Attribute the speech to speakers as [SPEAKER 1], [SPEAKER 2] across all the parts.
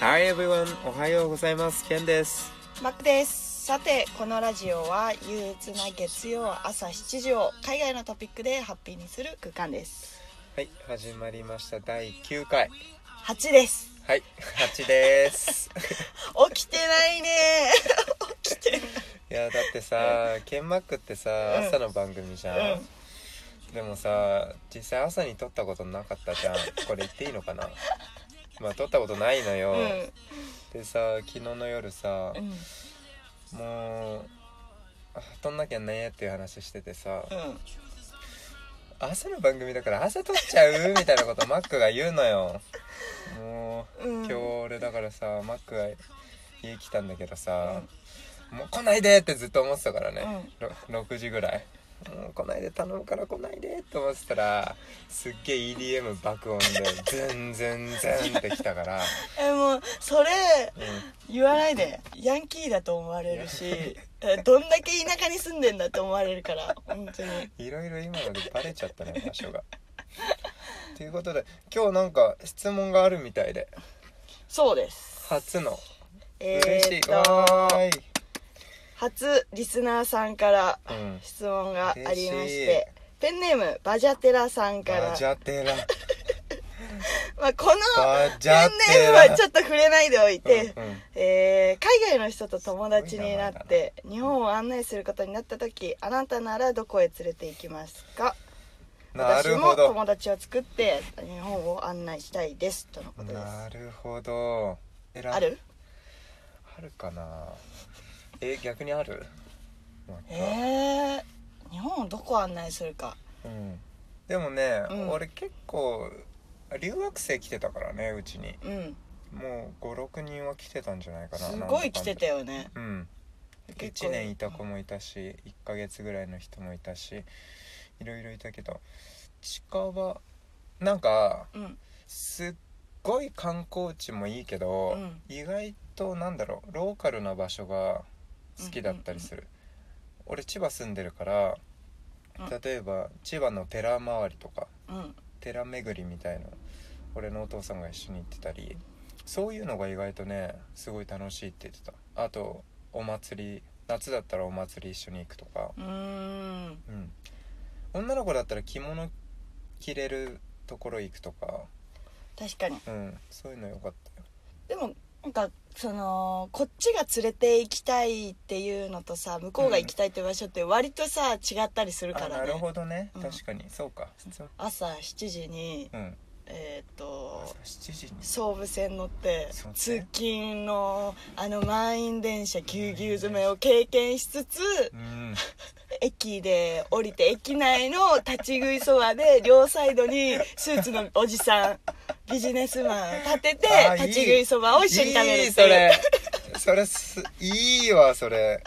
[SPEAKER 1] Hi everyone! おはようございます。ケンです。
[SPEAKER 2] マックです。さて、このラジオは憂鬱な月曜朝7時を海外のトピックでハッピーにする空間です。
[SPEAKER 1] はい、始まりました。第9回。
[SPEAKER 2] 8です。
[SPEAKER 1] はい、8です。
[SPEAKER 2] 起きてないね。起きてない。
[SPEAKER 1] いや、だってさ、ケンマックってさ、
[SPEAKER 2] ん
[SPEAKER 1] 朝の番組じゃん。でもさ、実際朝に撮ったことなかったじゃん。これ言っていいのか なまあ、撮ったことないのよ。
[SPEAKER 2] うん。
[SPEAKER 1] でさ、昨日の夜さ、
[SPEAKER 2] うん。
[SPEAKER 1] もう、あ撮んなきゃねっていう話しててさ、
[SPEAKER 2] うん。
[SPEAKER 1] 朝の番組だから朝撮っちゃうみたいなことマックが言うのよ。もう。
[SPEAKER 2] うん。
[SPEAKER 1] 今日俺だからさマックが家来たんだけどさ、もう来ないでってずっと思ってたからね、ろ6時ぐらいもう来ないで頼むから来ないでって思ってたらすっげえ EDM 爆音でズンズンズンって来たから、
[SPEAKER 2] え、もう、それ、
[SPEAKER 1] う
[SPEAKER 2] 言わないで。ヤンキーだと思われる し、えどんだけ田舎に住んでんだって思われるから、本当に。
[SPEAKER 1] ん、いろいろ今のでバレちゃったね場所が。ということで今日なんか質問があるみたいで
[SPEAKER 2] そうです。
[SPEAKER 1] 初の
[SPEAKER 2] え
[SPEAKER 1] 嬉しい、
[SPEAKER 2] ー、っ
[SPEAKER 1] わ
[SPEAKER 2] と、
[SPEAKER 1] ーい、
[SPEAKER 2] 初リスナーさんから
[SPEAKER 1] うん、
[SPEAKER 2] 質問がありまし
[SPEAKER 1] 嬉しい
[SPEAKER 2] てペンネームバジャテラさんから
[SPEAKER 1] バジャテラ
[SPEAKER 2] まあ、この
[SPEAKER 1] バジ
[SPEAKER 2] ペン
[SPEAKER 1] ャ
[SPEAKER 2] ネー
[SPEAKER 1] テ
[SPEAKER 2] ム
[SPEAKER 1] ラ
[SPEAKER 2] はちょっと触れない でおいて、
[SPEAKER 1] うんうん
[SPEAKER 2] えー海外の人と友達になって日本を案内することになった時あなたならどこへ連れて行きますか
[SPEAKER 1] な
[SPEAKER 2] 私
[SPEAKER 1] る
[SPEAKER 2] も
[SPEAKER 1] ほど
[SPEAKER 2] 友達を作って日本を案内したいですとのことです
[SPEAKER 1] なるほどえら
[SPEAKER 2] ある
[SPEAKER 1] あるかなえ逆にあるなんか
[SPEAKER 2] えー、日本をどこ案内するか
[SPEAKER 1] うん、でもね、
[SPEAKER 2] うん
[SPEAKER 1] 俺結構留学生来てたからねうちに
[SPEAKER 2] うん
[SPEAKER 1] もう56人は来てたんじゃないかな
[SPEAKER 2] すごい来てた
[SPEAKER 1] よ
[SPEAKER 2] よね
[SPEAKER 1] うん
[SPEAKER 2] 結構
[SPEAKER 1] 1年いた子もいたし1ヶ月ぐらいの人もいたしいろいろいたけど近場なんか
[SPEAKER 2] うん
[SPEAKER 1] すっごい観光地もいいけど、
[SPEAKER 2] うん
[SPEAKER 1] 意外となんだろうローカルな場所が好きだったりする、俺千葉住んでるから
[SPEAKER 2] うん
[SPEAKER 1] 例えば千葉の寺回りとか
[SPEAKER 2] うん
[SPEAKER 1] 寺巡りみたいの俺のお父さんが一緒に行ってたりそういうのが意外とねすごい楽しいって言ってたあとお祭り夏だったらお祭り一緒に行くとか
[SPEAKER 2] うーん
[SPEAKER 1] うん女の子だったら着物着れるところ行くとか
[SPEAKER 2] 確かに
[SPEAKER 1] うんそういうの良かったよ
[SPEAKER 2] でもなんかそのこっちが連れて行きたいっていうのとさ向こうが行きたいって場所って割とさ違ったりするか
[SPEAKER 1] あ
[SPEAKER 2] ら
[SPEAKER 1] な
[SPEAKER 2] ね
[SPEAKER 1] るほどね、
[SPEAKER 2] うん
[SPEAKER 1] 確かにそうかそう
[SPEAKER 2] 朝7時に
[SPEAKER 1] うん
[SPEAKER 2] えーっと
[SPEAKER 1] 朝7時に
[SPEAKER 2] 総武線乗って
[SPEAKER 1] そうね
[SPEAKER 2] 通勤のあの満員電車ぎゅうぎゅう詰めを経験しつつ
[SPEAKER 1] うん
[SPEAKER 2] 駅で降りて駅内の立ち食いそばで両サイドにスーツのおじさんビジネスマン立てて
[SPEAKER 1] あーいい
[SPEAKER 2] 立ち食いそばを一緒に食べる
[SPEAKER 1] いい
[SPEAKER 2] って
[SPEAKER 1] そ
[SPEAKER 2] いう
[SPEAKER 1] れそれすいいわそれ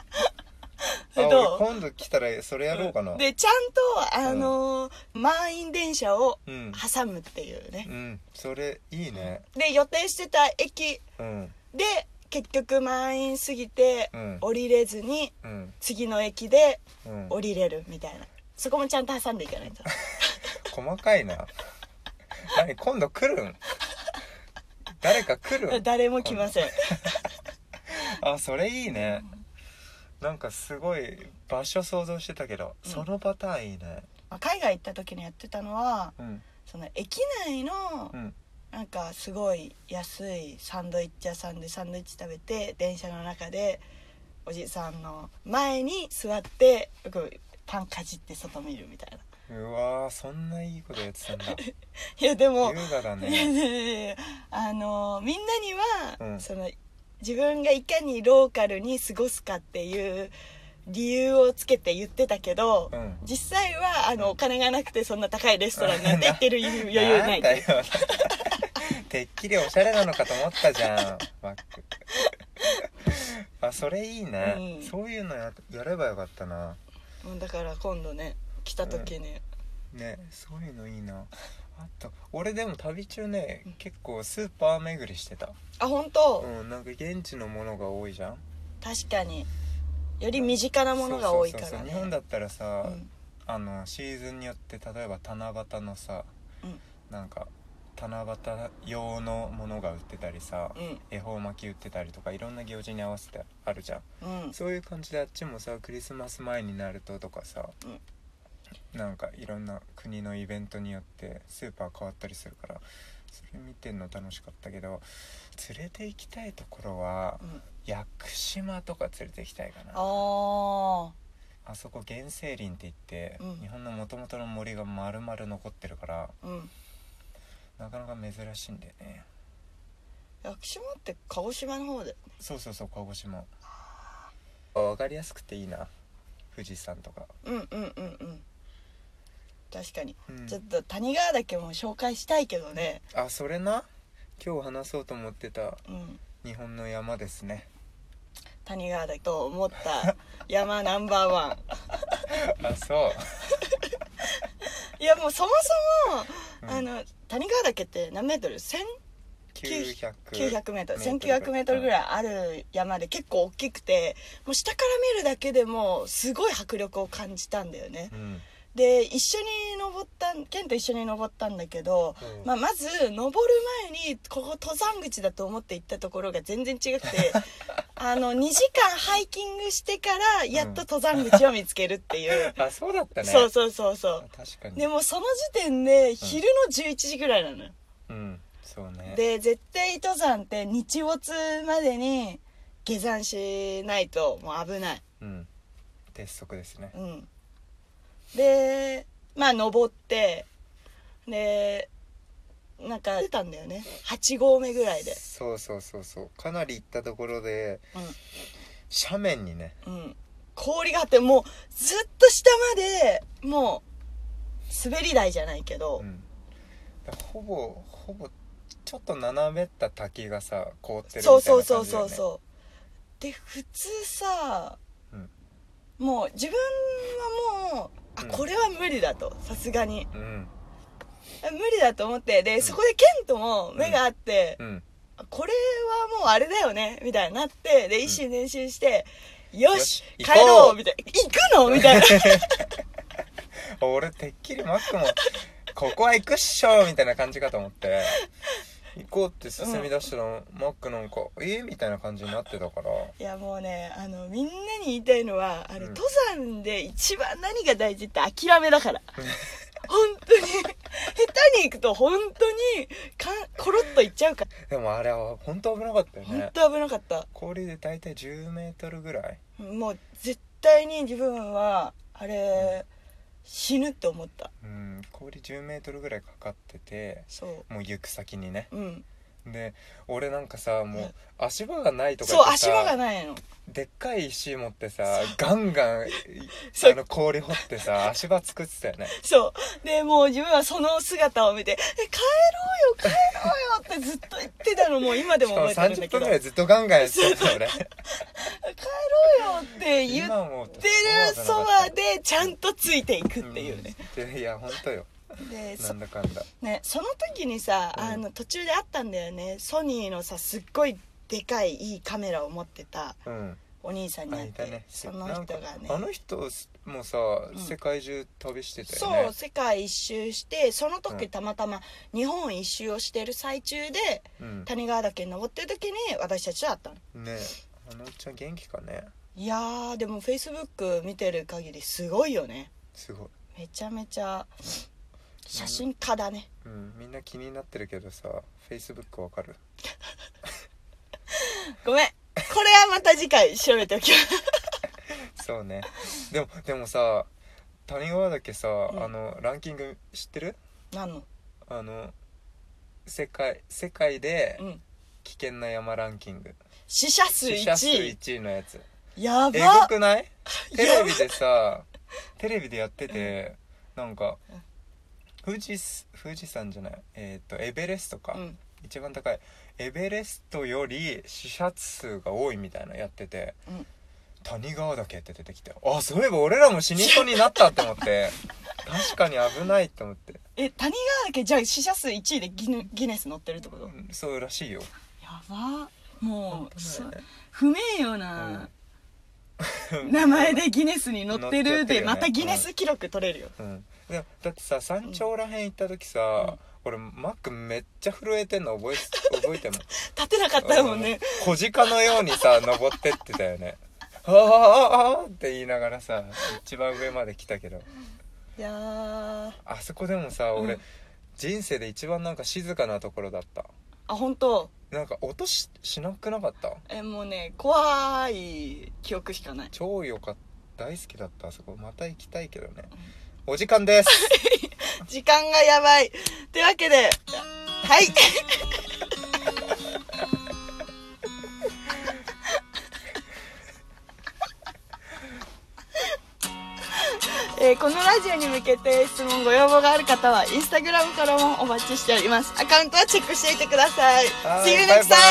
[SPEAKER 1] あ
[SPEAKER 2] え
[SPEAKER 1] 俺
[SPEAKER 2] どう
[SPEAKER 1] 今度来たらそれやろうかな
[SPEAKER 2] でちゃんとあのー満員電車を
[SPEAKER 1] うん、
[SPEAKER 2] 挟むっていうね
[SPEAKER 1] うん、それいいね
[SPEAKER 2] で予定してた駅
[SPEAKER 1] うん
[SPEAKER 2] で結局満員すぎて
[SPEAKER 1] うん
[SPEAKER 2] 降りれずに
[SPEAKER 1] うん
[SPEAKER 2] 次の駅で
[SPEAKER 1] うん
[SPEAKER 2] 降りれるみたいなそこもちゃんと挟んでいかない と
[SPEAKER 1] 細かいな何今度来るん誰か来るん
[SPEAKER 2] 誰も来ません
[SPEAKER 1] あそれいいねなんかすごい場所想像してたけど、
[SPEAKER 2] うん
[SPEAKER 1] そのパターンいいね
[SPEAKER 2] まあ海外行った時にやってたのは
[SPEAKER 1] うん
[SPEAKER 2] その駅内の
[SPEAKER 1] うん
[SPEAKER 2] なんかすごい安いサンドイッチ屋さんでサンドイッチ食べて電車の中でおじさんの前に座ってこうパンかじって外見るみたいな
[SPEAKER 1] うわーそんないいことやってたんだ
[SPEAKER 2] いやでも、
[SPEAKER 1] 優雅だ
[SPEAKER 2] いや
[SPEAKER 1] ね
[SPEAKER 2] いやいやあのみんなには、
[SPEAKER 1] うん
[SPEAKER 2] その自分がいかにローカルに過ごすかっていう理由をつけて言ってたけど、
[SPEAKER 1] うん
[SPEAKER 2] 実際はあのお金がなくてそんな高いレストランなんて行ってる余裕な
[SPEAKER 1] なん
[SPEAKER 2] い
[SPEAKER 1] だよ てっきりおしゃれなのかと思ったじゃんマック あそれいいね、
[SPEAKER 2] うん
[SPEAKER 1] そういうのややればよかったな
[SPEAKER 2] もうだから今度ね来た時に、
[SPEAKER 1] ねそういうのいいなあと俺でも旅中ね結構スーパー巡りしてた
[SPEAKER 2] あ本当、
[SPEAKER 1] うんなんか現地のものが多いじゃん
[SPEAKER 2] 確かにより身近なものが多いから
[SPEAKER 1] そうそうそう
[SPEAKER 2] ね
[SPEAKER 1] 日本だったらさ、
[SPEAKER 2] うん
[SPEAKER 1] あのシーズンによって例えば七夕のさ、
[SPEAKER 2] うん
[SPEAKER 1] なんか七夕用のものが売ってたりさ
[SPEAKER 2] うん
[SPEAKER 1] 恵方巻き売ってたりとかいろんな行事に合わせてあるじゃん
[SPEAKER 2] うん
[SPEAKER 1] そういう感じであっちもさクリスマス前になるととかさ、なんかいろんな国のイベントによってスーパー変わったりするからそれ見てんの楽しかったけど連れて行きたいところは
[SPEAKER 2] うん
[SPEAKER 1] 屋久島とか連れて行きたいかなあ
[SPEAKER 2] あ
[SPEAKER 1] そこ原生林って言って、
[SPEAKER 2] うん
[SPEAKER 1] 日本の元々の森が丸々残ってるから
[SPEAKER 2] あうん
[SPEAKER 1] なかなか珍しいんだよね
[SPEAKER 2] 屋久島って鹿児島の方で
[SPEAKER 1] そうそうそう鹿児島分かりやすくていいな富士山とか
[SPEAKER 2] うんうんうんうん確かに、
[SPEAKER 1] うん
[SPEAKER 2] ちょっと谷川岳も紹介したいけどね
[SPEAKER 1] あそれな今日話そうと思ってた
[SPEAKER 2] うん
[SPEAKER 1] 日本の山ですね
[SPEAKER 2] 谷川岳と思った山ナンバーワ
[SPEAKER 1] あそう
[SPEAKER 2] ンいやもうそもそも、
[SPEAKER 1] うん
[SPEAKER 2] あの谷川岳って何メートル 1000?
[SPEAKER 1] 900
[SPEAKER 2] 900メートル
[SPEAKER 1] メートル
[SPEAKER 2] 1900メートルぐらいある山で結構大きくてもう下から見るだけでもすごい迫力を感じたんだよね
[SPEAKER 1] うん
[SPEAKER 2] で一緒に登ったんケンと一緒に登ったんだけど、
[SPEAKER 1] うん
[SPEAKER 2] まあ、まず登る前にここ登山口だと思って行ったところが全然違く てあの2時間ハイキングしてからやっと登山口を見つけるっていう、
[SPEAKER 1] あそうだったね
[SPEAKER 2] そうそうそうそ
[SPEAKER 1] あ確か
[SPEAKER 2] う
[SPEAKER 1] に
[SPEAKER 2] でもその時点で昼の11時ぐらいなのよ
[SPEAKER 1] うんそうね
[SPEAKER 2] で絶対登山って日没までに下山しないともう危ない
[SPEAKER 1] うん鉄則ですね
[SPEAKER 2] うんでまあ登ってでなんか出たんだよね8合目ぐらいで
[SPEAKER 1] そうそうそうそうかなり行ったところで
[SPEAKER 2] う
[SPEAKER 1] 斜面にね
[SPEAKER 2] ん、うん、氷があってもうずっと下までもう滑り台じゃないけど
[SPEAKER 1] う、んだからほぼほぼちょっと斜めった滝がさ凍ってるみたいな感じだ
[SPEAKER 2] そ
[SPEAKER 1] よ、
[SPEAKER 2] う
[SPEAKER 1] ね、
[SPEAKER 2] そうそうそうそうで普通さ
[SPEAKER 1] うん
[SPEAKER 2] もう自分はもうあ
[SPEAKER 1] うん
[SPEAKER 2] これは無理だとさすがに
[SPEAKER 1] うん
[SPEAKER 2] 無理だと思ってで
[SPEAKER 1] ん
[SPEAKER 2] そこでケントも目があって、
[SPEAKER 1] うん
[SPEAKER 2] これはもうあれだよねみたいになってで一心練習して、よし
[SPEAKER 1] よし
[SPEAKER 2] 帰ろ
[SPEAKER 1] 行こ
[SPEAKER 2] う
[SPEAKER 1] う
[SPEAKER 2] みたいな行くのみたいな
[SPEAKER 1] 俺てっきりマックも「ここは行くっしょ!」みたいな感じかと思って行こうって進み出したら、マックなんか「えみたいな感じになってたから
[SPEAKER 2] いやもうねあのみんなに言いたいのはあの、
[SPEAKER 1] うん
[SPEAKER 2] 登山で一番何が大事って諦めだから本当に下手に行くと本当にかんコロッといっちゃうから
[SPEAKER 1] でもあれは本当危なかったよ
[SPEAKER 2] 本
[SPEAKER 1] ね
[SPEAKER 2] 当危なかった
[SPEAKER 1] 氷で大体10メートルぐらい
[SPEAKER 2] もう絶対に自分はあれ、死ぬって思った
[SPEAKER 1] うん氷10メートルぐらいかかってて
[SPEAKER 2] そ
[SPEAKER 1] もう行く先にね
[SPEAKER 2] ううん
[SPEAKER 1] で俺なんかさも
[SPEAKER 2] うん
[SPEAKER 1] う足場がないとか
[SPEAKER 2] そう
[SPEAKER 1] 言ってさ
[SPEAKER 2] 足場がないの
[SPEAKER 1] でっかい石持ってさガンガン
[SPEAKER 2] そう
[SPEAKER 1] あの氷掘って さ足場作ってたよね
[SPEAKER 2] そうでもう自分はその姿を見て「え帰ろうよ帰ろうよ」ってずっと言ってたのもう今で
[SPEAKER 1] し
[SPEAKER 2] も
[SPEAKER 1] かも
[SPEAKER 2] 覚えてる
[SPEAKER 1] 30分
[SPEAKER 2] んだけど
[SPEAKER 1] ぐらいずっとガンガンやってたよね
[SPEAKER 2] 「帰ろうよ」って言って
[SPEAKER 1] 今思うと
[SPEAKER 2] るそばでちゃんとついていくっていうね、
[SPEAKER 1] うんでいや本当よな
[SPEAKER 2] でそ
[SPEAKER 1] んだかんだ
[SPEAKER 2] ねその時にさ
[SPEAKER 1] うん
[SPEAKER 2] あの途中であったんだよねソニーのさすっごいでかいいいカメラを持ってた
[SPEAKER 1] うん
[SPEAKER 2] お兄さんに
[SPEAKER 1] あ
[SPEAKER 2] 会っ
[SPEAKER 1] いた
[SPEAKER 2] て、
[SPEAKER 1] ね
[SPEAKER 2] その人が
[SPEAKER 1] なん
[SPEAKER 2] ね
[SPEAKER 1] かあの人もさ、
[SPEAKER 2] ん
[SPEAKER 1] 世界中旅してたよね
[SPEAKER 2] そう世界一周してその時
[SPEAKER 1] うん
[SPEAKER 2] たまたま日本一周をしてる最中で
[SPEAKER 1] うん
[SPEAKER 2] 谷川岳に登ってる時に私たちと会ったの
[SPEAKER 1] ねあのおっちゃん元気かね
[SPEAKER 2] いやーでもフェイスブック見てる限りすごいよね
[SPEAKER 1] すごい
[SPEAKER 2] めちゃめちゃ写真家だね、
[SPEAKER 1] うん、みんな気になってるけどさフェイスブックわかる
[SPEAKER 2] ごめんこれはまた次回調べておきます
[SPEAKER 1] そうねでもでもさ谷川岳さ、
[SPEAKER 2] ん
[SPEAKER 1] あのランキング知ってる
[SPEAKER 2] 何の
[SPEAKER 1] あの世界世界で
[SPEAKER 2] うん
[SPEAKER 1] 危険な山ランキング
[SPEAKER 2] 死者数
[SPEAKER 1] 死者数
[SPEAKER 2] 1
[SPEAKER 1] 1位のやつ
[SPEAKER 2] 位や
[SPEAKER 1] えぐ
[SPEAKER 2] ば
[SPEAKER 1] く ないテ
[SPEAKER 2] や
[SPEAKER 1] レ
[SPEAKER 2] ば
[SPEAKER 1] ビでさテレビでやっててなんか富士す富士山じゃないえっ、とエベレストか、
[SPEAKER 2] うん
[SPEAKER 1] 一番高いエベレストより死者数が多いみたいなのやってて、
[SPEAKER 2] うん
[SPEAKER 1] 谷川岳って出てきてあそういえば俺らも死にそうになったって思って確かに危ないって思って、
[SPEAKER 2] え谷川岳じゃあ死者数1位でギネギネス乗ってるってこと、
[SPEAKER 1] うんそうらしいよ
[SPEAKER 2] やばもう
[SPEAKER 1] 危
[SPEAKER 2] そ
[SPEAKER 1] ないね
[SPEAKER 2] 不名誉な名前でギネスに載っ
[SPEAKER 1] 載っ
[SPEAKER 2] てる
[SPEAKER 1] ちゃってる
[SPEAKER 2] で
[SPEAKER 1] よね
[SPEAKER 2] またギネス記録取れるよ
[SPEAKER 1] うん、でもだってさ山頂らへん行った時さ、俺マックめっちゃ震えてんの覚えす覚え てんの
[SPEAKER 2] 立てなかったもんね
[SPEAKER 1] うん小鹿のようにさ登ってってたよねあーあーあーって言いながらさ一番上まで来たけど
[SPEAKER 2] いやー
[SPEAKER 1] あそこでもさ俺、
[SPEAKER 2] うん
[SPEAKER 1] 人生で一番なんか静かなところだった
[SPEAKER 2] あ本当
[SPEAKER 1] なんか音ししなくなかった
[SPEAKER 2] えもうね怖い記憶しかない
[SPEAKER 1] 超よかった大好きだったあそこまた行きたいけどねお時間です
[SPEAKER 2] 時間がやばいってわけではい えーこのラジオに向けて質問ご要望がある方はインスタグラムからもお待ちしておりますアカウントはチェックしていてください
[SPEAKER 1] はい
[SPEAKER 2] See you next time!